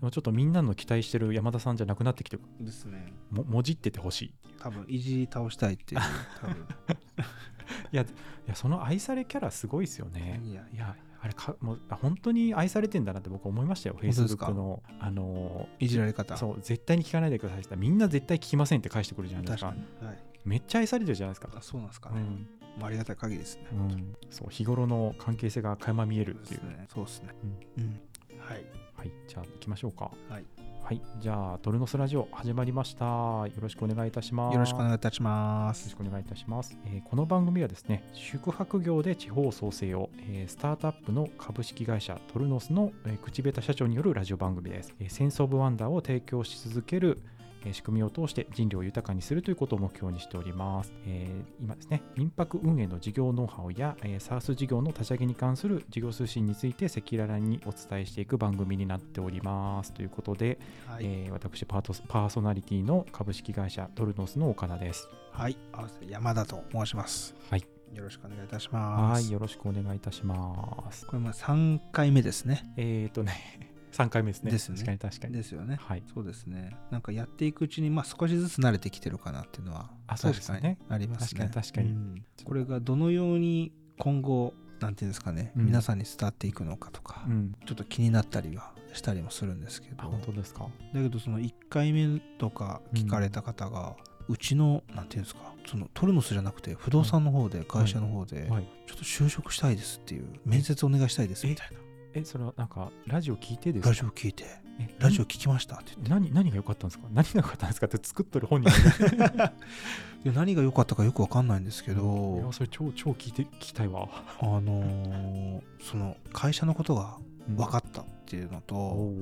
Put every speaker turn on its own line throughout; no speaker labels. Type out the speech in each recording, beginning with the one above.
もちょっとみんなの期待してる山田さんじゃなくなってきてる
ですね
ももじっててほしい
多分いじり倒したいって いう多分
いやその愛されキャラすごいですよね
いや
いやあれかもうあ本当に愛されてんだなって僕思いましたよフェイ
本
ス
当
ブ
です
ッ
か
クのあの
いじられ方
そう絶対に聞かないでくださいって言ったらみんな絶対聞きませんって返してくるじゃないです
確
か
かに、はい、
めっちゃ愛されてるじゃないですか
あそうなんですか
う
ね、
ん
まあありがたい限りですね
うん、そう日頃の関係性が垣間見えるっていう
そうですねうんはい
はい、じゃあ行きましょうか。
はい、
はい、じゃあ、トルノスラジオ始まりました。よろしくお願いいたします。
よろしくお
よ
願いいたしま
ろし
す
くお願いいたします、えーこの番組はですね宿泊業で地方創生を、えースタートアップの株式会社トルノスの、えー口下手社長によるラジオ番組です、えーセンス・オブ・ワンダーを提供し続けるえー仕組みを通して人類を豊かにするということを目標にしております。えー今ですね、民泊運営の事業ノウハウや、えー、SARS 事業の立ち上げに関する事業推進について赤裸々にお伝えしていく番組になっております。ということで、
はい、
えー私パートス、パーソナリティの株式会社トルノスの岡田です。
はい合わせて山田と申します
はい
よろしくお願いいたしま
は
す
い、よろしくお願いいたします。
これまあ3回目ですね
えっ、とね、3回目 ですね。
ですね
確かに確かに。
ですよね
はい。
そうですねなんかやっていくうちにまあ少しずつ慣れてきてるかなっていうのは
あそうで
確
す
か
ね
にありますね
確かに確かに
うんこれがどのように今後なんていうんですかね、
うん
皆さんに伝わっていくのかとか、
うん。
ちょっと気になったりはしたりもするんですけど
あ、本当ですか。
だけどその1回目とか聞かれた方が、うちのなんていうんですかそのトルノスじゃなくて不動産の方で会社の方で、
はい。
ちょっと就職したいですっていう面接お願いしたいですみたいな
え、それはなんか、ラジオ聞いてですか
ラジオ聞いて
え
ラジオ聞きましたって言って
何何が良かったんですか何が良かったんですかって作っとる本人
いや何が良かったかよくわかんないんですけど、
いやそれ超超聞いて聞きたいわ
あのーその会社のことが分か
っ
ったっていう
た
のと、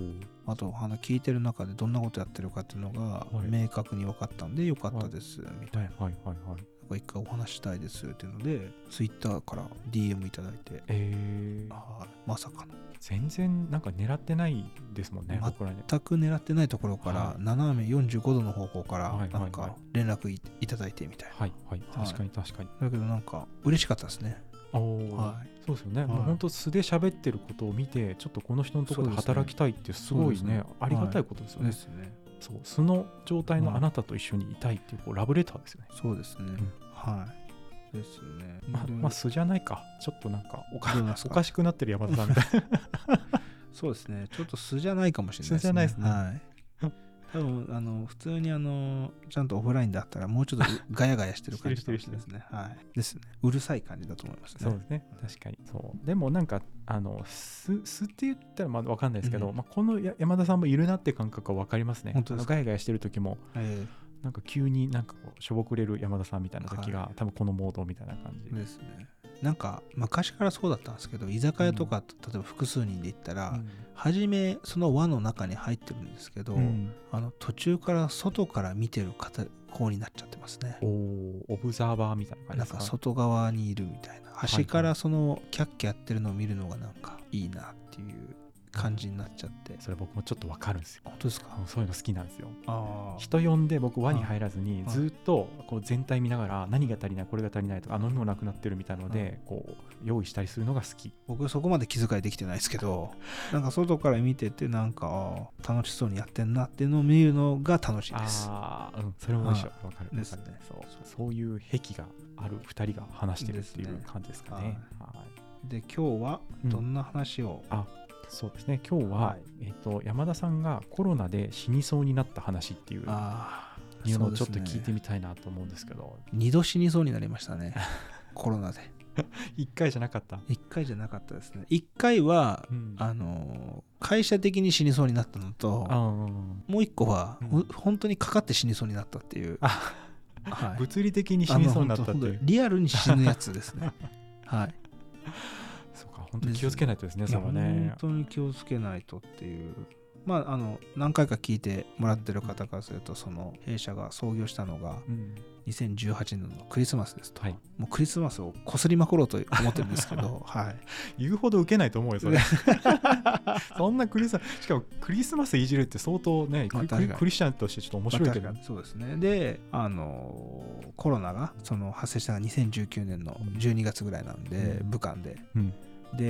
あとあの聞いてる中でどんなことやってるかっていうのが
はい
明確に分かったんで良かったですみたいな。
はいはいはいはい
なんか一回お話ししたいですっていうので、ツイッターから DM いただいて、
えー、
はいまさかの。
全然なんか狙ってないですもんね
ま
僕らね
全く狙ってないところから、
はい
斜め45度の方向か
は
ら、
いはい
なん
はい
か連絡いいただいてみたいな。
はいはい
はい
確かに確かに、
だけどなんか嬉しかったですね。
おお、
はい。
そうですよね、
はい
もう本当素で喋ってることを見てちょっとこの人のところで
そうですね
働きたいってすごい
そ
ね
うですね
ありがたいことですよね、
すね。
そう素の状態のあなたと一緒にいたいっていうこうラブレターですよね、
そうですね
ん。
はい。ですね。
まあ
でも
まあ素じゃないかちょっとなんかおか
どうなんです
お
か
かしくなってる山田さんみたい
そうですね。ちょっと素じゃないかもしれないですね。
素じゃないですね
はい。多分あの普通にあのちゃんとオフラインだったらもうちょっとうガヤガヤしてる感じ
してるしてる
で すね。はい。ですね。うるさい感じだと思いますね。
そうですね
うん
確かにそうでもなんかあのすすって言ったらまだわかんないですけど、
うん
まあ、このや山田さんもいるなって感覚はわかりますね
本当です
あのガヤガヤしてる時も
え
なんか急になんかこうしょぼくれる山田さんみたいな時が、
はい
多分このモードみたいな感じ、
えですね。なんか昔からそうだったんですけど居酒屋とか、例えば複数人で行ったら、初めその輪の中に入ってるんですけど、
うん
あの途中から外から見てる方子になっちゃってますね。
おーオブザーバーみたいな感じで
なん
すか
か外側にいるみたいな端からそのキャッキャやってるのを見るのがなんかいいなっていう感じになっちゃって、
それ僕もちょっとわかるんですよ
本当ですか
あのそういうの好きなんですよ
あ
人呼んで僕輪に入らずに
はい
ずっとこう全体見ながら何が足りないこれが足りないとかあ飲み物なくなってるみたいのでこう用意したりするのが好き
僕そこまで気遣いできてないですけどなんか外から見ててなんかあー楽しそうにやってんなっていうのを見るのが楽しいです
ああ、うん、それも一緒。
は
わかる。
ですね
わかるそう。そういう癖がある二人が話してるってい
です
う
ね
感じですかね。はい。
で今日はどんな話を、
そうですね。今日は、
は
え
い
っ、と山田さんがコロナで死にそうになった話っていう
ああ
いうのをちょっと聞いて
み
みたいなと思うんですけど、
二度死にそうになりま したねコロナで
一回じゃなかった。
一回じゃなかったですね一回は
うん
あのー会社的に死にそうになったのと
あうん
もう一個は、
うん
ほ本当にかかって死にそうになったっていう、
あ、
はい
物理的に死にそうになったって
あの
い
本当本
う
当。リアルに死ぬやつで すねはい
そうか、本当に気をつけないとですね、
い
そ
や
れはね
本。当に気をつけないとっていうまああの何回か聞いてもらってる方からするとその弊社が創業したのが
うん、
2018年のクリスマスですと、
はい
もうクリスマスをこすりまくろうと思ってるんです けどはい
言うほど受けないと思うよそれ そんなクリスマスしかもクリスマスいじるって相当ねク
まあ
リ,、
確かに
クリスチャンとしてちょっと面白いけど、
まあ確かにそうですねであのーコロナがその発生したのが2019年の12月ぐらいなんで、
うん
武漢で
うん
で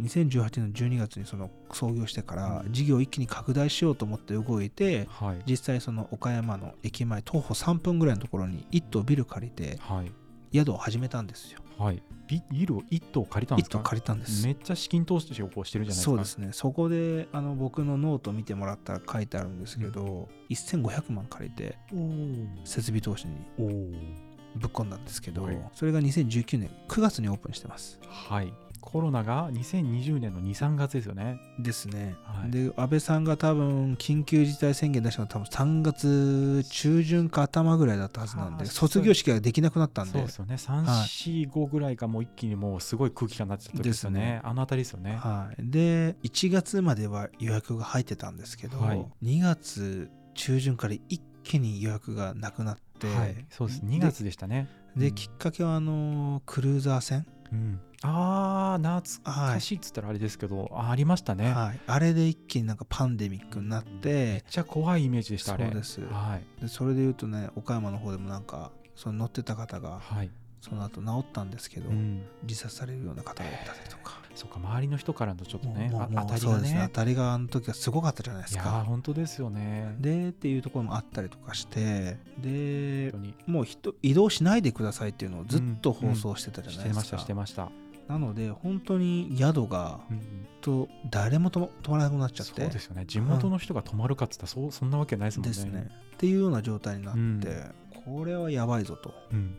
2018年の12月にその創業してから事業を一気に拡大しようと思って動いて
はい
実際その岡山の駅前徒歩3分ぐらいのところに1棟ビル借りて
はい
宿を始めたんですよ
はいビビルを1棟借りたんで
1
すか
棟借りたんです
めっちゃ資金投資をこうしてるじゃないですか
そうですねそこであの僕のノート見てもらったら書いてあるんですけど、1500万借りて
おー
設備投資に
おー
ぶっ込んだんですけど、
はい
それが2019年9月にオープンしてます
はいコロナが2020年の23月ですよね
ですね、
はい
で安倍さんが多分緊急事態宣言出したの多分3月中旬か頭ぐらいだったはずなん
あ
で
ー
卒業式ができなくなったん
そう
で
ですよね345ぐらいがもう一気にもうすごい空気感になっちゃった時ですよね
ですね
あの辺りですよね
はい、で1月までは予約が入ってたんですけど、
はい
2月中旬から一気に予約がなくなって、
はい、そうです2月でしたね
で、
うん
きっかけはあのクルーザー船、
うん、あー懐
は
か
い
しいっつったらあれですけど、あありましたね、
はい、あれで一気になんかパンデミックになっ
めってちゃ怖いイメージでしたあれ
そうです
はい
でそれでいうとね岡山の方でもなんかその乗ってた方が
はい、
その後治ったんですけど、
うん、
自殺されるような方がいたりとか、
そっか周りの人からのちょっとね
もう
あ
もう
当たり
そう
が
で
ね
すね当たりがあの時はすごかったじゃないで
い
す
やー
か。
本当ですよね
でっていうところもあったりとかして
本
で
当に
もう人移動しないでくださいっていうのをずっと放送してたじ
し
ゃない
て
で
ますしたして
か。
ました、
なので本当に宿が
うんうん
と誰もとも泊まらなくなっちゃっ
そ
て
うですよね地元の人が泊まるかっつったらそうそんなわけないですもんね
ですね、っていうような状態になっ
う
て、
ん
これはやばいぞと。
うん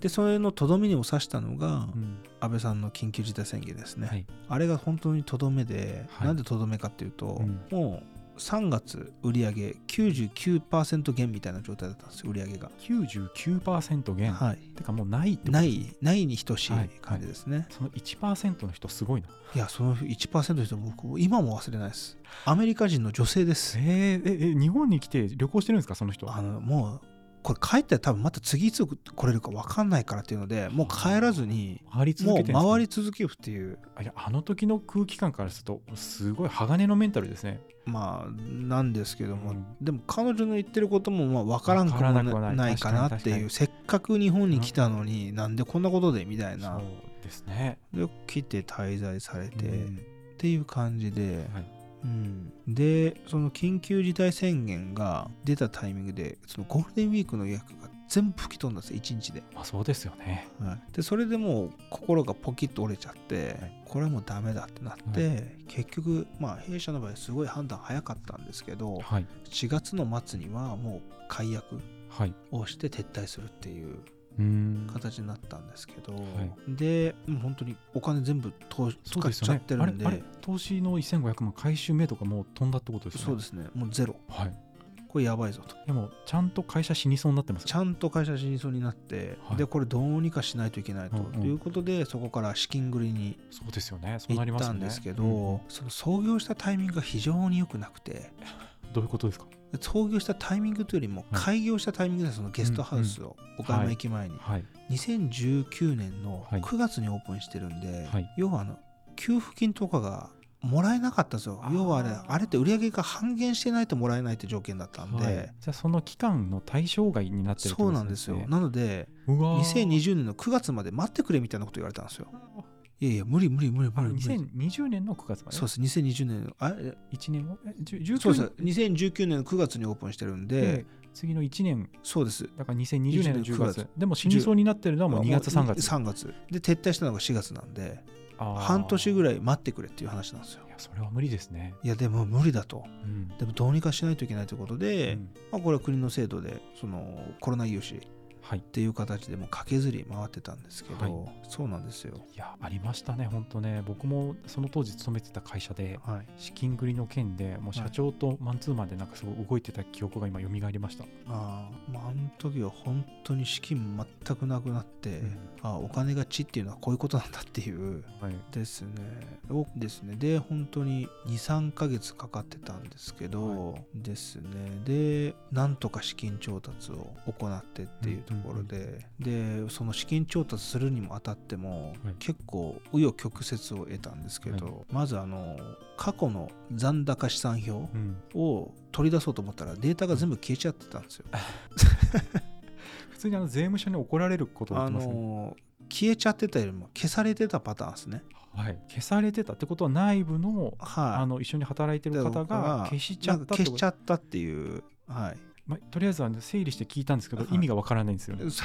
でそれのとどめにも刺したのが、
うん
安倍さんの緊急事態宣言ですね。
はい
あれが本当にとどめで、
はい
なんでとどめかっていうと、
うん
もう3月売り上げ99%減みたいな状態だったんですよ売り上げが、
99%減、
はい
てかもうないってこと
ないないに等しい感じですね、い
その1%の人すごいな
やその1%の人僕今も忘れないですアメリカ人の女性です
えー、ええ日本に来て旅行してるんですかその人
あのもうこれ帰ったら多分また次いつ来れるか分かんないからっていうのでもう帰らずに
回り続
も
け
う
てるんですか
回り続けるっていう
あいやあの時の空気感からするとすごい鋼のメンタルですね。
まあなんですけども、
うん
でも彼女の言ってることもまあ分からんくも
わからなくはな
ないないかなっていうせっかく日本に来たのになんでこんなことでみたい
そ
な
うですね。
で来て滞在されて、
う
っ
ん
ていう感じで、
はい
うん、でその緊急事態宣言が出たタイミングでそのゴールデンウィークの予約が全部吹き飛んだんですよ1日で,、
まあそうですよね。
でそれでもう心がポキッと折れちゃって、これはもうダメだってなって、結局まあ弊社の場合すごい判断早かったんですけど、
はい。
4月の末にはもう解約
はい。
をして撤退するっていう
うーん。
形になったんですけど、
い
でもう本当にお金全部投
そう
使っ
です
ちゃ
よ
っ
ね。
て
あ
る
れ
んで
あれ投資の1500万回収名とかもう飛んだってことですよね。
そうですねもうゼロ
はい。
これやばいぞと
でもちゃんと会社死にそうになってます
ち。ゃんと会社死にそうになって、
はい
でこれどうにかしないといけないと、
うんうん
いうことでそこから資金繰りに
そうですよね。そうなり
行っ
ます
た
よ
ん
ね。
ですけど、
うん
その創業したタイミングが非常に良くなくて
どういうことですか。
創業したタイミングというよりも
はい
開業したタイミングでそのゲストハウスを岡
は
山
い
駅前に
はい。
2019年の
はい
9月にオープンしてるんで、
はい
要はあの給付金とかがもらえなかったんですよ
あー
要はあれあれって売り上げが半減してないともらえないって条件だったんで、
はいじゃあその期間の対象外になってるって
そ
こと
うなんですよ、
ね。
なので
うわー。
2020年の9月まで待ってくれみたいなこと言われたんですよいやいや無理無理無理
あ
無理無理
2020年の9月まで。
そうです2020年のあえ
一年後。えじゅ19
そうです2019年の9月にオープンしてるんで、
で次の1年
そうです
だから2020年の10
10
月
月
でも死にそうになってるのはもう2月3月
3月で撤退したのが4月なんで半
半
年ぐ
らい
らい待ってくれっていう話なんですよ
いやそれは無理ですね
いやでも無理だと
うん
でもどうにかしないといけないということで、
うん
まあ、これは国の制度でそのコロナ融資っ
はい
ていう形でもう駆けずり回ってたんですけど、
はい
そうなんですよ。
いやありましたね本当ね僕もその当時勤めてた会社で
はい、
資金繰りの件でもう社長とマンツーマンでなんかすごい動いてた記憶が今蘇りました、
あーまああの時は本当に資金全くなくなって、
うん
あーお金がちっていうのはこういうことなんだっていう
はい
ですねをですねで本当に23ヶ月かかってたんですけど、ですねでなんとか資金調達を行ってっていうところで、でその資金調達するにもあたっても、
はい
結構紆余曲折を得たんですけど、
は
まずあの過去の残高資産表
うん、
を取り出そうと思ったらデータが全部消えちゃってたんですよ。
普通にあの税務署に怒られることになっ
あ
てますね
の消えちゃってたよりも消されてたパターンですね。
はい、消されてたってことは内部のあ
はい。
の一緒に働いてる方が消しちゃ
な
っ
ん
た
か
ってこ
消し
と
ちゃったっていう。はい。
まあ、とりあえずあの整理して聞いたんですけど
はい
意味がわからないんですよね、
そ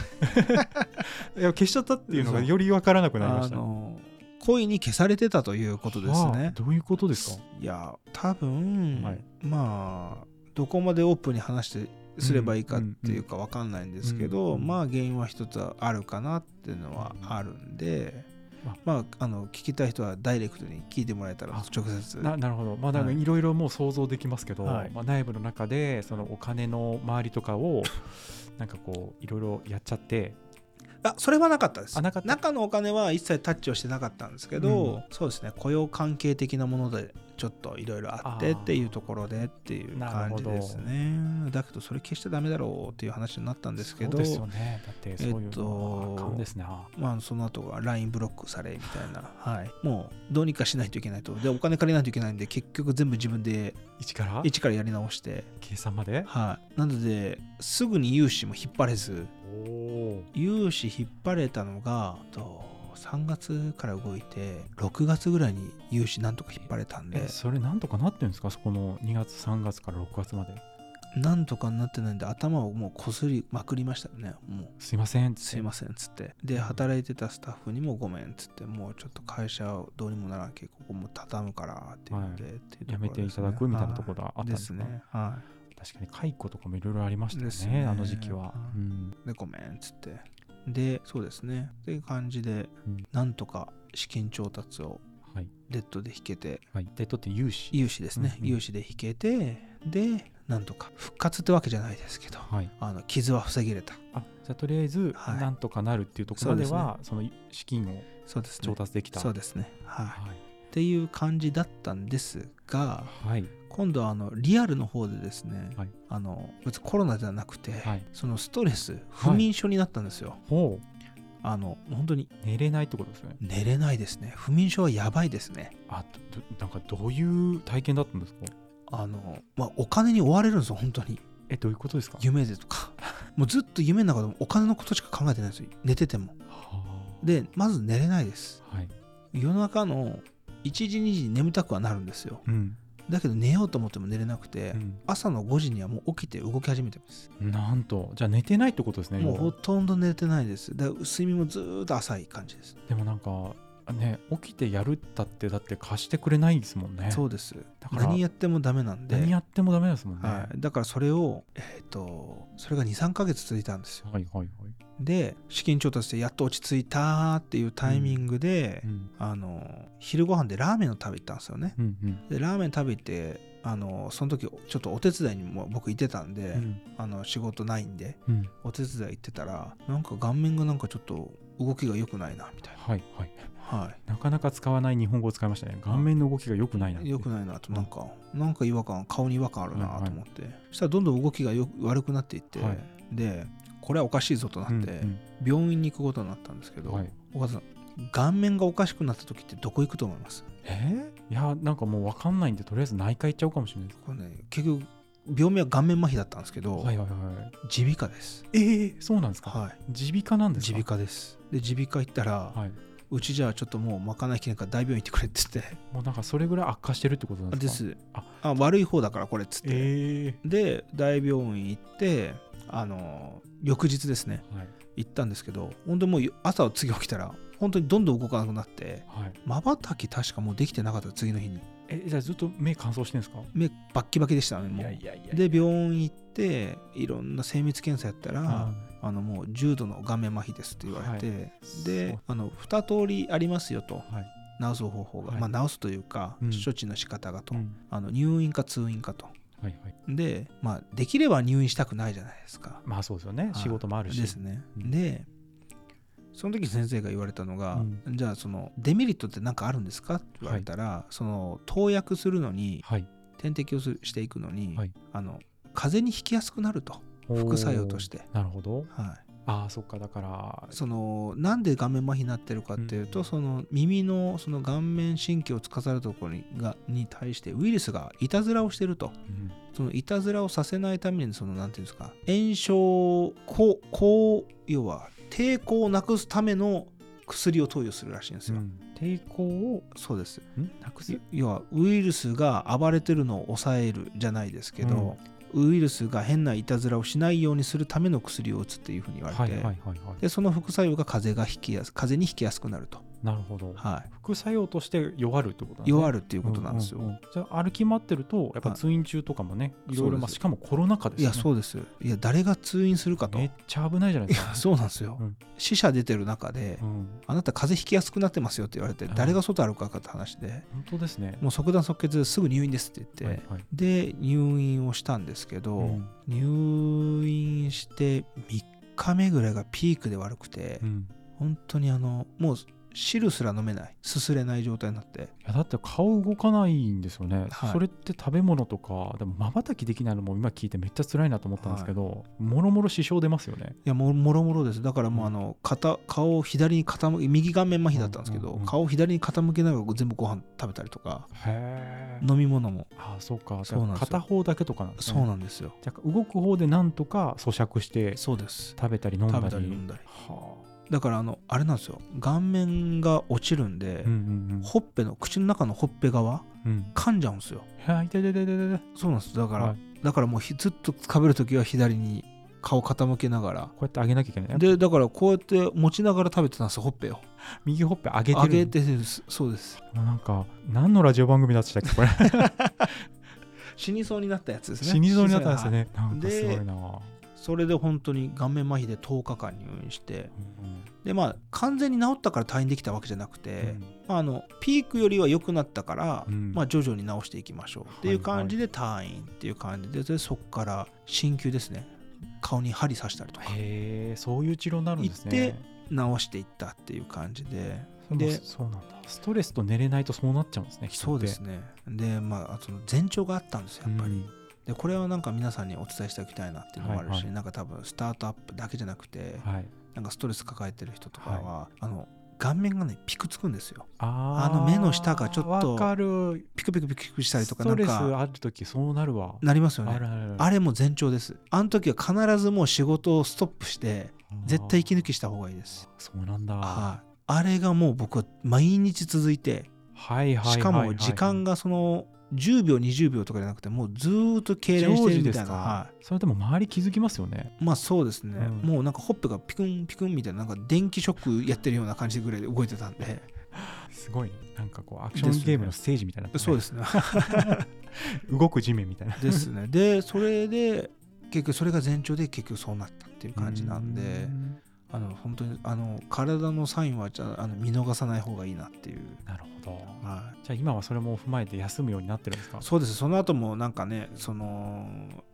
いや消しちゃったっていうのが
そう
よりわからなくなりま
あ
したね
の恋に消されてたということです
はあ
ね。
どういうことですか
いや多分、
はい
まあどこまでオープンに話してすればいいかっていうかわかんないんですけど、
うんうん
まあ原因は一つあるかなっていうのはあるんで、
あ
まああの聞きたい人はダイレクトに聞いてもらえたら
あ
直接
ななるほどまあなんか
はい
いろいろもう想像できますけど、
はい
まあ、内部の中でそのお金の周りとかをなんかこういろいろやっちゃって
あそれはなかったです
あなかった
中のお金は一切タッチをしてなかったんですけど、そうですね雇用関係的なものでちょっといろいろあって
あ
っ
ー
ていうところでっていう
なる
感
ほ
じ
ど
ですねだけどそれ消しちゃダメだろうっていう話になったんですけど
そうですよねだってそうい
えっ
う
と
のはあかんですね、あ
まあ、その後が LINE ブロックされみたいな、はい、もうどうにかしないといけないとでお金借りないといけないんで結局全部自分で
一から
一からやり直して、
計算まで
はい、なのですぐに融資も引っ張れず
おお
融資引っ張れたのがと3月から動いて6月ぐらいに融資なんとか引っ張れたんで
えそれなんとかなってるんですかそこの2月3月から6月まで
なんとかなってないんで頭をもうこすりまくりましたよねもう
すいませんって
すいませんっつってで
うん
働いてたスタッフにもごめんっつってもうちょっと会社をどうにもならんけここもう畳むからって言って,、
は
っていうところですね
やめていただくみたいなところがあった
は
ん
いで
です
す
か、
ねは
確かに解雇とかもいろいろありましたよ
で
ね
すね
あの時期は、
はい
うん
いでごめんっつってでそうですねっていう感じで、
うん
なんとか資金調達を
はい
レッドで引けて
はい、でとって融資
融資ですね、
うんうん
融資で引けてでなんとか復活ってわけじゃないですけど
はい
あの傷は防げれた
あじゃあとりあえず、
はい
なんとかなるっていうところまではその資金を
そうですね
調達できた、
そうですねはい
はい
っていう感じだったんですが
はい
今度はあのリアルの方でですね、
はい
あの別にコロナじゃなくて、
はい
そのストレス不眠症になったんですよ、
ほ
あの本当に
う寝れないってことですよね
寝れないですね不眠症はやばいですね
あどどなんかどういう体験だったんですか
あの、まあ、お金に追われるんですよ本当に
えどういうことですか
夢でとかもうずっと夢の中でもお金のことしか考えてないんですよ寝てても
は
でまず寝れないです
あはい
夜中の1時2時に眠たくはなるんですよ
うん、
だけど寝ようと思っても寝れなくて、
うん
朝の5時にはもう起きて動き始めてます
なんとじゃあ寝てないってことですね
もう
要
ほ
は
とんど寝てないです。で睡眠もずーっと浅い感じです。
でもなんかね起きてやるったってだって貸してくれないですもんね
そうです。
だから
何やってもダメなんで。
何やってもダメですもんね
はい、だからそれを、えっとそれが23ヶ月続いたんですよ
はいはいはい、
で資金調達でやっと落ち着いたっていうタイミングで、
うん
あの昼ご飯でラーメンを食べ行ったんですよね
うんうん
でラーメン食べてあのその時ちょっとお手伝いにも僕行ってたんで、
うん
あの仕事ないんで
うん、
お手伝い行ってたらなんか顔面がなんかちょっと動きが良くないなみたい
はいはい
なはい
なかなか使わない日本語を使いましたね顔面の動きが良くないなって
良くないなと
うん
なんか、なんか違和感顔に違和感あるなと思って、そしたらどんどん動きがよく悪くなっていって、
はい
でこれはおかしいぞとなって、
うん
病院に行くことになったんですけ
うん
ど、
はい、
岡田さん顔面がおかしくなった時ってどこ行くと思います
えー、いやなんかもう分かんないんでとりあえず内科行っちゃおうかもしれないです
これ、ね、結局病名は顔面麻痺だったんですけど
はいはいは
耳鼻科です
いええそうなんですか
はい
耳鼻科なんですか
耳鼻科ですで耳鼻科行ったら、
はいう
ちじゃあちょっともうまかないきれないから大病院行ってくれって言って
もうなんかそれぐらい悪化してるってことなん
あ
で
です
か
す
あ
あ悪い方だからこれっつって、
ええ
で大病院行ってあの翌日ですね
はい
行ったんですけど本当にもう朝次起きたら本当にどんどん動かなくなって
はい
まばたき確かもうできてなかった次の日に
えじゃあずっと目乾燥してるんですか
目バッキバキでしたねもう
やいや
で病院行っていろんな精密検査やったら、
は
あのもう重度の顔面麻痺ですって言われて、
い
であの2通りありますよと
い
治す方法が、
はい
まあ治すというか、
うん
処置の仕方がと、
うん
あの入院か通院かと
はいはい
で、まあ、できれば入院したくないじゃないですか
まあそうですよね仕事もあるし
ですね、
うん
でその時先生が言われたのが、
う
じゃあそのデメリットって何かあるんですかって言われたら、その投薬するのに
はい
点滴をすしていくのに、
はい
あの風邪に引きやすくなると副作用として、
おーなるほど
は
ああそっかだから
い、そのなんで顔面麻痺になってるかっていうと、
うん
その耳のその顔面神経を司るところにがに対してウイルスがいたずらをしてると
うん
そのいたずらをさせないためにそのなんていうんですか炎症こうこう要は抵抗をなくすための薬を投与するらしいんですよ、
うん抵抗を
そうです
んなくす
い要はウイルスが暴れてるのを抑えるじゃないですけど、ウイルスが変ないたずらをしないようにするための薬を打つっていうふうに言われて、
はいはいはいはい
でその副作用が風邪が引きやす風邪に引きやすくなると、
なるほど
はい
副作用として弱るってことなんですね
弱
る
るっていうことなんですよ、
じゃあ歩き回ってるとやっぱ
はい
通院中とかもね
そ
い
うです
ろいろまあしかもコロナ禍です
い
よ
や
ね
そうですいや誰が通院するかと
めっちゃ危ないじゃない
い
ですか
やそうなんですよ、
うん
死者出てる中で、
うん
あなた風邪ひきやすくなってますよって言われて、
はい
誰が外歩くかって話で
本当ですね
もう即断即決ですぐ入院ですって言って、
はいはい
で入院をしたんですけど、
うん
入院して3日目ぐらいがピークで悪くて、
うん
本当にあのもう汁すら飲めないすすれない状態になっ
い
て
やだって顔動かないんですよね、
はい
それって食べ物とかでもまばたきできないのも今聞いてめっちゃ辛いなと思ったんですけど、もろもろ支障出ますよね
いやもうもろもろですだからもう
う
あ
ん
の肩顔を左に傾け右顔面麻痺だったんですけ
う
ど、
んうんうん
顔を左に傾けながら全部ご飯食べたりとか
へえ
飲み物も
ああそうかじ
そう
ゃ
な
あ
んですよ
片方だけとかなんです
そ
ね
うなんですよ、
じゃあ動く方でなんとか咀嚼して
そうです
食べたり飲んだり
食べたり飲んだり
はあ
だからあのあれなんですよ顔面が落ちるんで、
うんうん
ほっぺの口の中のほっぺ側
うんうん
噛んじゃうんですよ
はあ痛い痛い痛い痛い痛い
そうなんですだから、
はい
だからもうひずっと食べる時は左に顔傾けながら
こうやって上げなきゃいけない
でだからこうやって持ちながら食べてたんですよほっぺを
右ほっぺ上げてる
上げてるんですそうです
もうなんか何のラジオ番組だったっけ これ
死にそうになったやつですね
死にそうになったんですよねな
う
ん
にな
か
った
すごいな、うん
それで本当に顔面麻痺で10日間入院して
うん
でまあ完全に治ったから退院できたわけじゃなくて、まあ、あのピークよりは良くなったから、
うん
まあ、徐々に治していきましょうっていう感じで退院っていう感じででそこから鍼灸ですね顔に針刺したりとか
へえそういう治療になるんです
行っ
ね
て治していったっていう感じでで
でそうなんだストレスと寝れないとそうなっちゃうんですね
そうです
ね
ねでまあその前兆があったんですよやっぱり、でこれはなんか皆さんにお伝えしておきたいなっていうのもあるし、
はいはい
なんか多分スタートアップだけじゃなくて
はい
なんかストレス抱えてる人とかは、あの顔面がねピクつくんですよ
あ
あの目の下がちょっ
わ
と
かる
ピクピクピクピクしたり
ス
とかな
ト
ん
レス
か
ある時そうなるわ
なりますよ
あ
ね
るあるある
あれも前兆ですあの時は必ずもう仕事をストップして絶対息抜きした方がいいです
そうなんだは
はいあれがもう僕は毎日続いて
いはいはいはい
しかも時間がその10秒20秒とかじゃなくてもうずーっと痙攣してるみたい
常時ですか
な、は
それでも周り気づきますよね
い、まあそうですね、
うん
もうなんかほっぺがピクンピクンみたいななんか電気ショックやってるような感じぐらいで動いてたんで
すごいねなんかこうアクションゲームのステージみたいになってね
そうですね
動く地面みたいな
ですねでそれで結局それが前兆で結局そうなったっていう感じなんで
うん
あの本当にあの体のサインはじゃああの見逃さない方がいいなっていう、
なるほど
は
じゃあ今はそれも踏まえて休むようになってるんですか
い、そうですその後もなんかねその、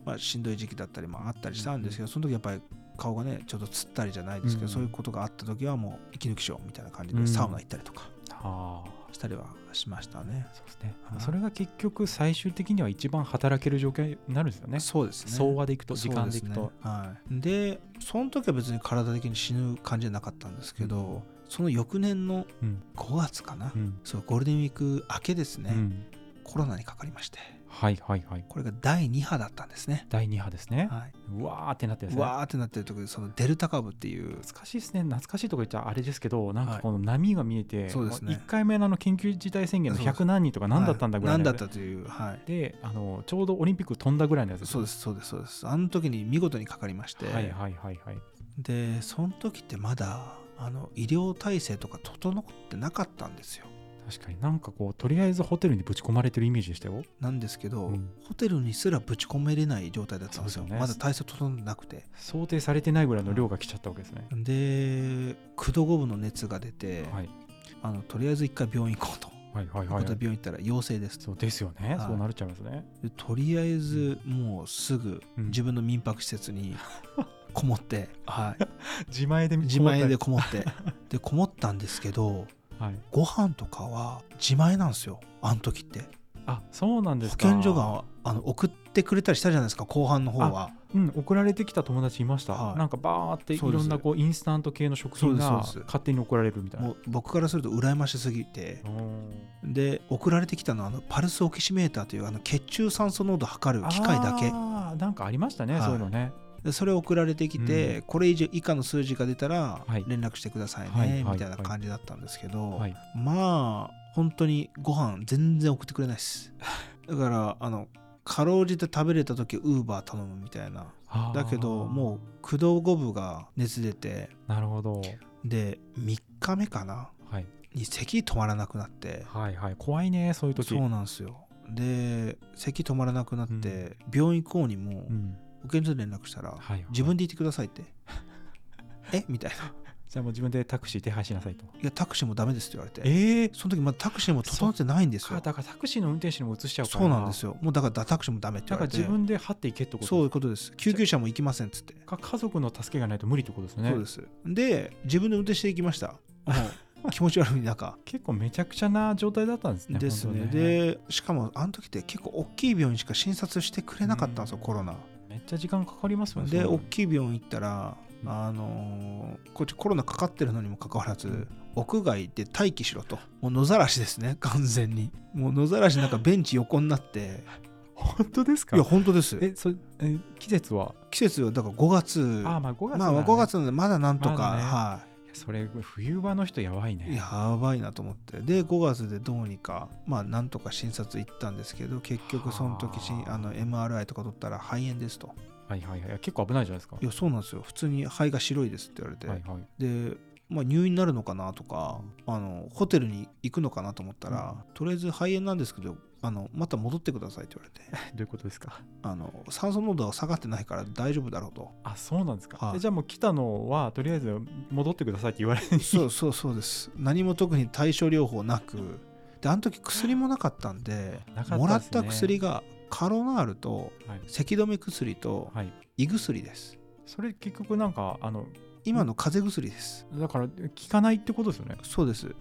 まあ、しんどい時期だったりもあったりしたんですけどその時やっぱり顔がねちょっとつったりじゃないですけ
う
ど、
ん
そういうことがあった時はもう息抜きしようみたいな感じ
う
で
ん
サウナ行ったりとか
ああ
したりはしましたね、
そうですね
はい
それが結局最終的には一番働ける状況になるんですよね
そうですね
総和でいくと時間でいく
そう
と
すねはい、でその時は別に体的に死ぬ感じじゃなかったんですけど、
うん
その翌年の
うん
5月かな、
うん
そうゴールデンウィーク明けです
う
ね、
ん
コロナにかかりまして
はいはいはい
これが第2波だったんですね、
第2波ですね
はいう
わーってなってるん
う
ですね
わーってなってる時でそのデルタ株っていう
懐かしいですね懐かしいとか言っちゃあれですけどなん
は
か
い
この波が見えて、
そうですね
1回目のあの緊急事態宣言の
そうです
100何人とか何だったんだぐらい
はい
の
何
や
だっ
つ
たというはい
であのちょうどオリンピック飛んだぐらいのやつ
そうですそうですそうですあの時に見事にかかりまして、
はいはいはいはい
でその時ってまだあの医療体制とか整ってなかったんですよ
確かになんかこうとりあえずホテルにぶち込まれてるイメージでしたよ
なんですけど、
うん
ホテルにすらぶち込めれない状態だったんですよ
そうですよね
まだ体制整ってなくて
想定されてないぐらいの量が来ちゃったわけですね、
で9度5分の熱が出て、
はい、
あのとりあえず一回病院行こうと。
はいはい
という
はい
ことで病院行ったら陽性ですと
そうですよね、
はい
そうなるちゃいますね
でとりあえずもうすぐ
うん
自分の民泊施設 にこもって、はい、
自前で
自前でこもってでこもったんですけど
はい
ご飯とかは自前なんですよあの時って
あそうなんで
保
すか
健所があの送ってくれたりしたじゃないですか後半の方は
うん送られてきた友達いました、
はい
なんかバーってい
そうで
ろ
す
んなこうインスタント系の食品
そう
が
ですそうです
勝手に送られるみたいな
もう僕からすると羨ましすぎて
うん
で送られてきたのはあのパルスオキシメーターというあの血中酸素濃度を測る機械だけ
あーなんかありましたね、
はい
そういうのね
でそれ送られてきて、これ以上以下の数字が出たら
はい
連絡してくださいね、
はいはいはい
みたいな感じだったんですけど、
はい
まあ本当にご飯全然送ってくれないです だからあのかろうじて食べれた時ウーバー頼むみたいな
あー
だけどもう工藤五分が熱出て
なるほど、
で3日目かな
はい、
に咳止まらなくなって
はいはい怖いねそういう時
そうなんですよで咳止まらなくなって、
うん
病院行こうにも
うん
保健所に連絡したら、
はいはい
自分で行ってくださいって えみたいな
じゃあもう自分でタクシー手配しなさいと
いやタクシーもダメですって言われて
ええ
その時まだタクシーも整ってないんです
か
よ
だからタクシーの運転手にも移しちゃうから
そうなんです
よ
よもうだからタクシーもダメって
だ
言
か
わ
ら
れて
自分で張っていけってこと
そういう
です
ことです救急車も行きませんっつって、
か家族の助けがないと無理ってことですね
そうですで自分で運転していきましたも う気持ち悪い中
結構めちゃくちゃな状態だったんですね
ですね
本当
でしかもあの時って結構大きい病院しか診察してくれなかったんですよ、
うん
コロナ
めっちゃ時間かかりますよね
で
そういう
大
の
きい病院行ったら、
うん
あのーこっちコロナかかってるのにもかかわらず屋外で待機しろともう野ざらしですね完全にもう野ざらしなんかベンチ横になって
本当ですか
いや本当です
えそれえ季節は
季節はだから5月
あまあ5月
まあまあ5月なんでまだなんとか、
まだね
はい
いやそれ冬場の人やばいね
やばいなと思ってで5月でどうにかまあなんとか診察行ったんですけど結局その時し
はあ
あの MRI とか取ったら肺炎ですと
はいはいはい結構危ないじゃないですか
いやそうなんですよ普通に肺が白いですって言われて、
はいはい
で、まあ、入院になるのかなとかあのホテルに行くのかなと思ったら、とりあえず肺炎なんですけどあのまた戻ってくださいって言われて
どういうことですか
あの酸素濃度が下がってないから大丈夫だろう と
あそうなんですか、
はい
えじゃあもう来たのはとりあえず戻ってくださいって言われる
そうそうそうです何も特に対症療法なくであの時薬もなかったんで
なかったですね
もらった薬がカロナールと
はい、
咳止め薬と
はい、
胃薬です
それ結局なんかあの
今の風邪薬です
だから効かないってことですよね
そうです、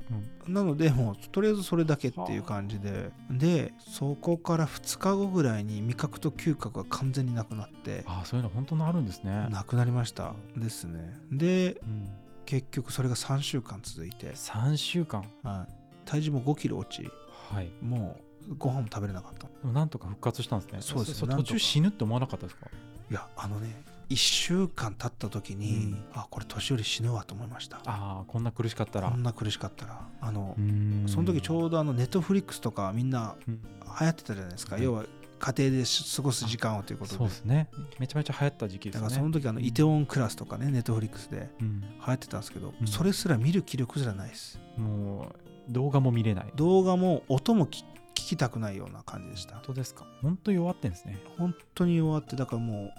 なのでもうとりあえずそれだけっていう感じででそこから2日後ぐらいに味覚と嗅覚が完全になくなって
ああそういうの本当にあるんですね
なくなりましたですねで
うん、
結局それが3週間続いて、
3週間
はい、体重も5キロ落ち
はい
もうご飯も食べれなかった
でもなんとか復活したんですね
そうです
れれ
なん
途
と
中
か
死ぬって思わなかったですか
いやあのね1週間経った時に、
うん
あこれ年寄り死ぬわと思いました
ああこんな苦しかったら
こんな苦しかったらあの
う、ーん
その時ちょうどあのネットフリックスとかみんな
うん
流行ってたじゃないですか、
はい
要は家庭で過ごす時間をということ
そう
で
ですねめちゃめちゃ流行った時期ですよ
だから
ね
その時あのイテウォンクラスとかねネットフリックスで
うん、
流行ってたんですけど、
うん
それすら見る気力すらないです
もう動画も見れない
動画も音もき聞きたくないような感じでした
本当ですか本当弱ってんですね
本当に弱ってだからも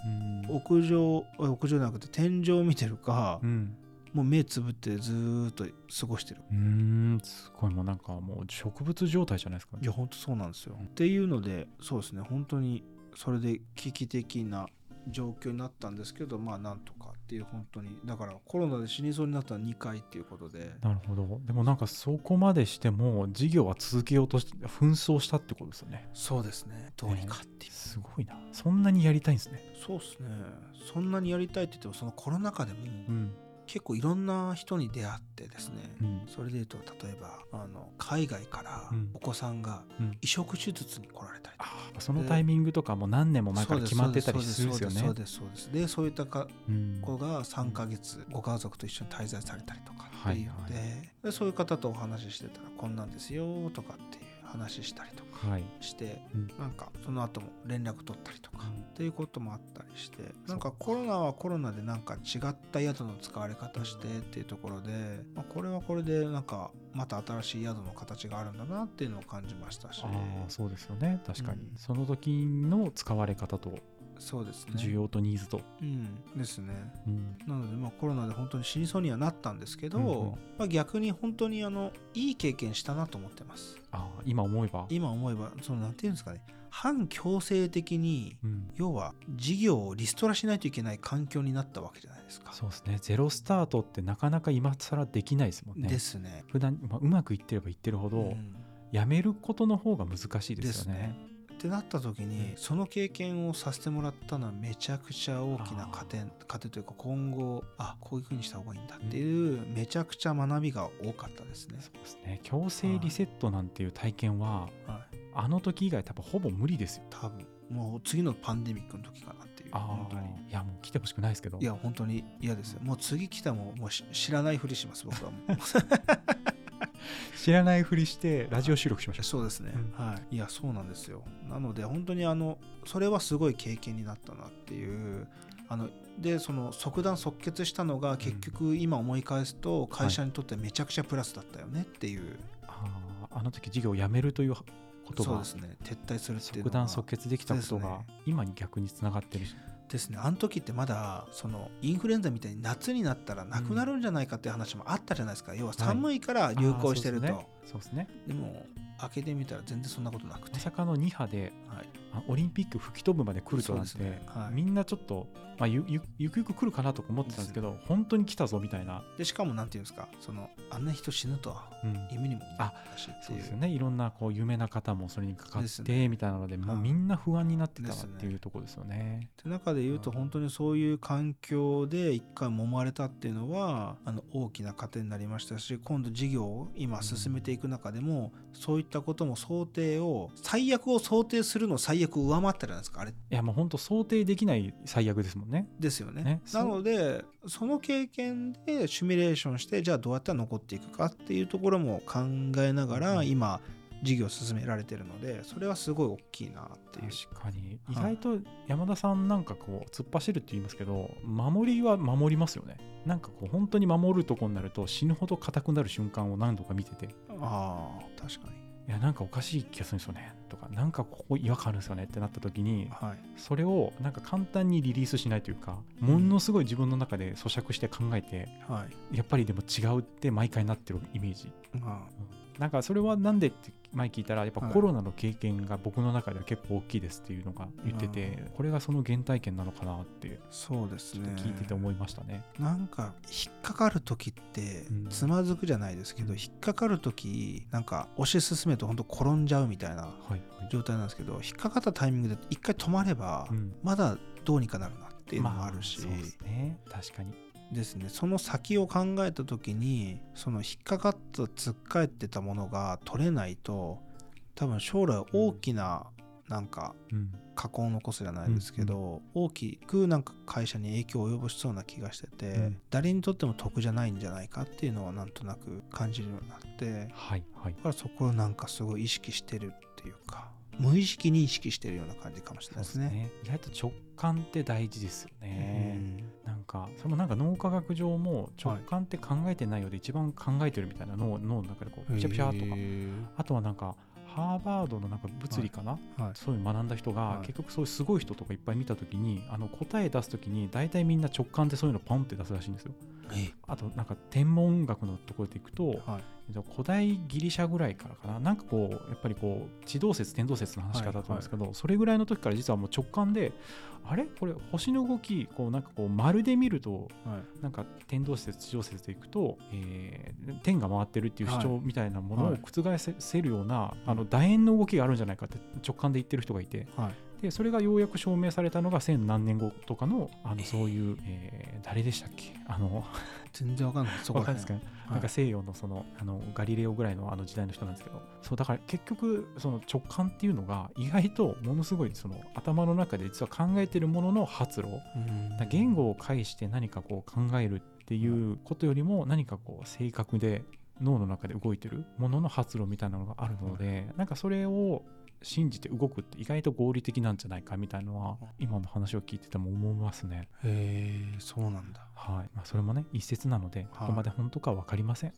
うん
う屋上あ屋上じゃなくて天井を見てるか、
うん
もう目つぶってずーっと過ごしてる
うーんすごいもうなんかもう植物状態じゃないですか
いや本当そうなんですよ、
うん
っていうのでそうですね本当にそれで危機的な状況になったんですけどまあなんとかっていう本当にだからコロナで死にそうになったのは2回っていうことで
なるほどでもなんかそこまでしても事業は続けようとして紛争したってことですよね
そうですねどうにかっていう、
すごいなそんなにやりたいんですね
そうですねそんなにやりたいって言ってもそのコロナ禍でも
うん
結構いろんな人に出会ってですね、
うん
それでいうと例えばあの海外から
うん
お子さんが
うん
移植手術に来られたりとか、
あーそのタイミングとかも何年も前から決まってたりするんですよ
そ
ね
うですそうですそうですそうですでそういったか
うん
子が3ヶ月ご家族と一緒に滞在されたりとか
は
って
い
いう
は
の
い
で,、でそういう方とお話ししてたらこんなんですよとかっていう話したりとか
はい
して、
うん
なんかその後も連絡取ったりとか、
うん
っていうこともあったりしてなんかコロナはコロナでなんか違った宿の使われ方してっていうところで、まあ、これはこれでなんかまた新しい宿の形があるんだなっていうのを感じましたし
ああそうですよね確かに、
うん
その時の使われ方と
そうですね
需要とニーズと、
うん、ですね
うん
なのでまあコロナで本当に死にそうにはなったんですけど、
うんうん
まあ、逆に本当にあのいい経験したなと思ってます
ああ今思えば、
今思えばそのなんていうんですかね反強制的に
うん、
要は事業をリストラしないといけない環境になったわけじゃないですか。
そうですねゼロスタートってなかなか今更できないですもんね
ですね。
普段、まあ、うまくいってればいってるほど、
うん
やめることの方が難しいですよね。
ってなった時に、
うん
その経験をさせてもらったのはめちゃくちゃ大きな糧糧というか今後あこういうふうにした方がいいんだっていう、めちゃくちゃ学びが多かったですね。
そうですね強制リセットなんていう体験は、
は
あの時以外多分ほぼ無理ですよ
多分もう次のパンデミックの時かなっていう
あ
本当に
あいやもう来てほしくないですけど
いや本当に嫌ですもう次来たももうし知らないふりします僕はも う
知らないふりしてラジオ収録しましょ
そうですね、
う
はいいやそうなんですよなので本当にあのそれはすごい経験になったなっていうあのでその即断即決したのが結局今思い返すと会社にとってめちゃくちゃプラスだったよねっていう、
うあああの時事業をやめるということ
そう
が
ですね撤退するっていう
即
のが
断即決できたことが今に逆につながってるし
ですねあの時ってまだそのインフルエンザみたいに夏になったらなくなるんじゃないかっていう話もあったじゃないですか、要は寒いから流行してると、
あーそうですねそうですね
でも開けてみたら全然そんなことなくて
ま、さかの2波で
はい、
あオリンピック吹き飛ぶまで来るとなんて、
そうですねはい
みんなちょっと、まあ、ゆゆゆくゆく来るかなとか思ってたんですけど本当に来たぞみたいな、
でしかもなんていうんですかそのあんな人死ぬとは
うん
夢にも思ったしって
そう
いう
ですよねいろんなこう有名な方もそれにかかっ
です
てみたいなのでもう
はい
みんな不安になってた
で
なっ
すね
ていうところですよね。
って中で言うと本当にそういう環境で一回揉まれたっていうのはあの大きな糧になりましたし今度事業を今進めていく中でも、そういったことも想定を最悪を想定するの最悪を上回ったじゃないですかあれ
いやもう本当想定できない最悪ですもんね。
ですよね
ね
なのでその経験でシミュレーションしてじゃあどうやったら残っていくかっていうところも考えなが
う
ら
ん
今事業を進められてるのでそれはすごい大きいなっていう
確かに意
はい
外と山田さんなんかこう突っ走るって言いますけど守りは守りますよね。なんかこう本当に守るとこになると死ぬほど硬くなる瞬間を何度か見てて
ああ確かに
いやなんかおかしい気がするんですよねとかなんかここ違和感あるんですよねってなった時に
はい
それをなんか簡単にリリースしないというかものすごい自分の中で咀嚼して考えて
はい
やっぱりでも違うって毎回なってるイメージ
あ
なんかそれはなんでって前聞いたらやっぱ
はい
コロナの経験が僕の中では結構大きいですっていうのが言ってて、
うん
これがその原体験なのかなって
あそうです
ちょっ
ね
と聞いてて思いましたね。
なんか引っかかる時って
うん
つまずくじゃないですけど、
うん
引っかかる時なんか押し進めと本当転んじゃうみたいな
はい、はい
状態なんですけど引っかかったタイミングで一回止まれば、
うん
まだどうにかなるなっていうのもあるし、
まあそうですね確かに
ですねその先を考えた時にその引っかかったつっかえってたものが取れないと多分将来大きななんか
うん
禍根を残すじゃないですけど、大きくなんか会社に影響を及ぼしそうな気がしてて、
うん
誰にとっても得じゃないんじゃないかっていうのはなんとなく感じるようになって
はいはい
だからそこをなんかすごい意識してるっていうか無意識に意識してるような感じかもしれないですね。
意外と直感って大事ですよね、
うん
なんかそれもなんか脳科学上も直感って考えてないようで一番考えてるみたいな脳,、脳の中でこうピシャピシャとか、
へー
あとはなんかハーバードのなんか物理かな、
はい
そういうの学んだ人が、
はい
結局そういうすごい人とかいっぱい見た時にあの答え出す時に大体みんな直感ってそういうのポンって出すらしいんですよ。あとなんか天文学のところでいくと
はい
えっと古代ギリシャぐらいからかななんかこうやっぱりこう地動説天動説の話し方だと思うんですけど、それぐらいの時から実はもう直感であれこれ星の動きこうなんかこう丸で見ると
はい
なんか天動説地動説でいくと、えー天が回ってるっていう主張みたいなもの
は
を
い
覆せせるような、あの楕円の動きがあるんじゃないかって直感で言ってる人がいて
はい
でそれがようやく証明されたのが千何年後とかのあの
えー
そういう、えー誰でしたっけあの
全然わかんないそこ
わ
ら
かん
辺
ないですかね、
はい
なんか西洋のそのあのガリレオぐらいのあの時代の人なんですけどそうだから結局その直感っていうのが意外とものすごいその頭の中で実は考えてるものの発露だから言語を介して何かこう考えるっていうことよりも何かこう正確で脳の中で動いてるものの発露みたいなのがあるのでなんかそれを信じて動くって意外と合理的なんじゃないかみたいのは今の話を聞いてても思いますね。
へえそうなんだ
はいまあ、それもね一説なのでここまで本当かは分かりません。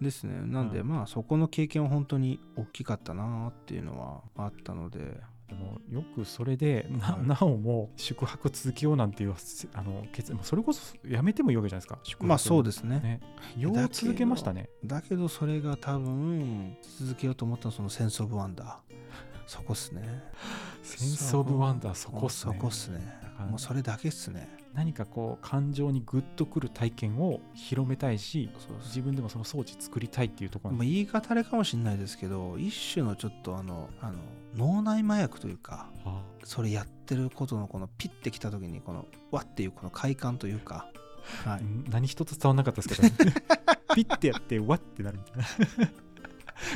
ですねなんで、
うん
まあそこの経験は本当に大きかったなっていうのはあったので
でもよくそれでな,、
はい
な おも宿泊続けようなんていうせあの決もうそれこそやめてもいいわけじゃないですか宿泊
まあそうですすね
ねよう続けましたね
だけどそれが多分続けようと思ったのはその「センス・オブ・ワンダー」そこっすね
センス・オブ・ワンダーそこっすね
そこっすね
だから
もうそれだけっすね
何かこう感情にグッとくる体験を広めたいし
そうっす
自分でもその装置作りたいっていうところ
まあ
に
言い方あれかもしれないですけど一種のちょっとあのあの脳内麻薬というか
あ
それやってることのこのピッてきた時にこのわっていうこの快感というか、は
あ
い、
何一つ伝わんなかった ですけど、ね、ピッてやってわってなるみたいな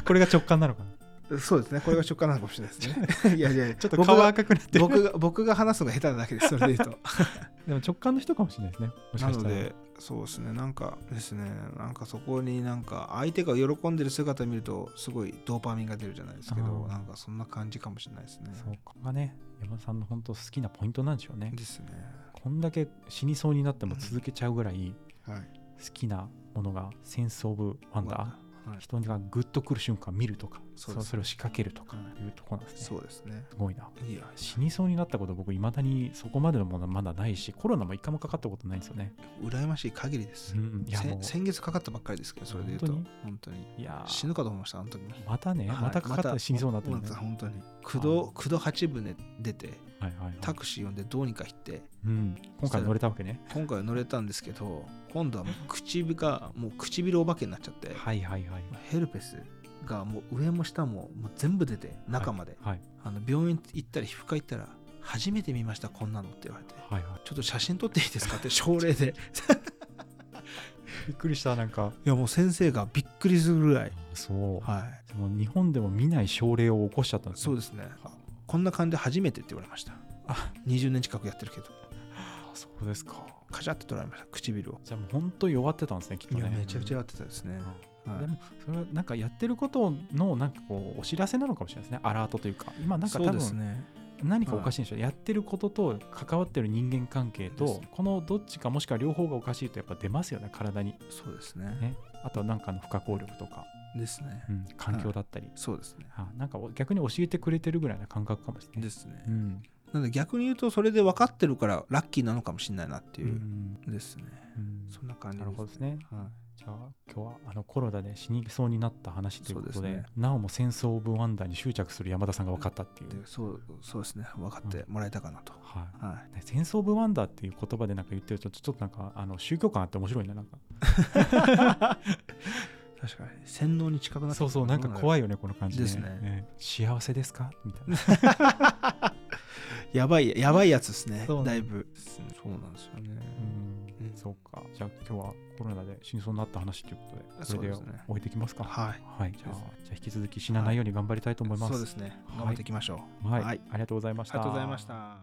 これが直感なのかな
そうですねこれが直感なのかもしれないです ねいやいや
ちょっと
僕
顔
が
赤くなってる
僕が僕が話すのが下手なだけですそれで言 うと
でも直感の人かもしれないですねもし
な
かし
の
たら
でそうですねなんかですねなんかそこになんか相手が喜んでる姿見るとすごいドーパミンが出るじゃないですけ
あ
ど
ー
なんかそんな感じかもしれないですね
そうここがね山田さんの本当好きなポイントなんでしょうね
ですね
こんだけ死にそうになっても続けちゃうぐらい
はい
好きなものが「センス・オブ・ワンダー」
はい
人がグッとくる瞬間見るとかそ
そ
う
です
それを仕掛けるとか
は
いうとこなんですね、
そうですね
すごいない
や
死にそうになったこと僕いまだにそこまでのものはまだないしコロナも一回もかかったことないんですよね、
羨ましい限りです
うん、いや
せ
もう
先月かかったばっかりですけどそれで言うと
本
本当に
いやー
死ぬかと思いましたあの時に
またね、
はい
またかかったら死にそうになったもんね
ま本当に工藤工藤八船出て
はいはいはい
タクシー呼んでどうにか行って
うん、今回乗れたわけね
今回は乗れたんですけど今度はもう唇がもう唇お化けになっちゃって
はいはいはい
ヘルペスがもう上も下ももう全部出て中まで、
はい
あの病院行ったり皮膚科行ったら初めて見ましたこんなのって言われて
はいはい
ちょっと写真撮っていいです かって症例で
びっくりしたなんか
いやもう先生がびっくりするぐらい
そう、
はい
その日本でも見ない症例を起こしちゃったんです
そうですねこんな感じで初めてって言われました
あ
20年近くやってるけど
あそうですか
カチャって取られました唇を
じゃあもう本当弱ってたんですねきっと
いや
ね
めちゃくちゃやってたです
う
ね、
ん
はい
でもそれはなんかやってることのなんかこうお知らせなのかもしれないですねアラートというか今なんか
そ
多
うです
分
ね
何かおかしいんでしょう、やってることと関わってる人間関係
そう
と
で
このどっちかもしくは両方がおかしいとやっぱ出ますよね体に
そうですね
ねあとはなんかの不可抗力とか、
ですね
うん、環境だったり、
そうですね
あなんかお逆に教えてくれてるぐらいな感覚かもしれない
ですね
うん
なので逆に言うとそれで分かってるからラッキーなのかもしれないなって
う
いう、
ん
ですね
うん
そんな感じ
なるほどですね
はい
じゃあ今日はあのコロナで死にそうになった話ということ
そう
で
ですね
なおも戦争オブワンダーに執着する山田さんが分かったっていう、
でそうそうですね分かってもらえたかなと、
はい、
は
ね戦争ブワンダーっていう言葉でなんか言ってるとちょちょっとなんかあの宗教感あって面白いななんか
い確かに洗脳に近くなっ て
そうそうなんか
い
怖いよねこの感じ
ですね
幸せですかみたい な
やばいやばいやつですね
そう
だいぶそうなんですよね、
うん
うん
そうかじゃあ今日はコロナで死にそうになった話ということでそれで
そうですね
置いてきますか
はい
はいじゃあじゃ
ですね
あ引き続き死なないように頑張りたいと思います
そうです
は
ね
い
頑張っていきましょう、
はい
はい
ありがとうございまし
あ
た
りがとうございました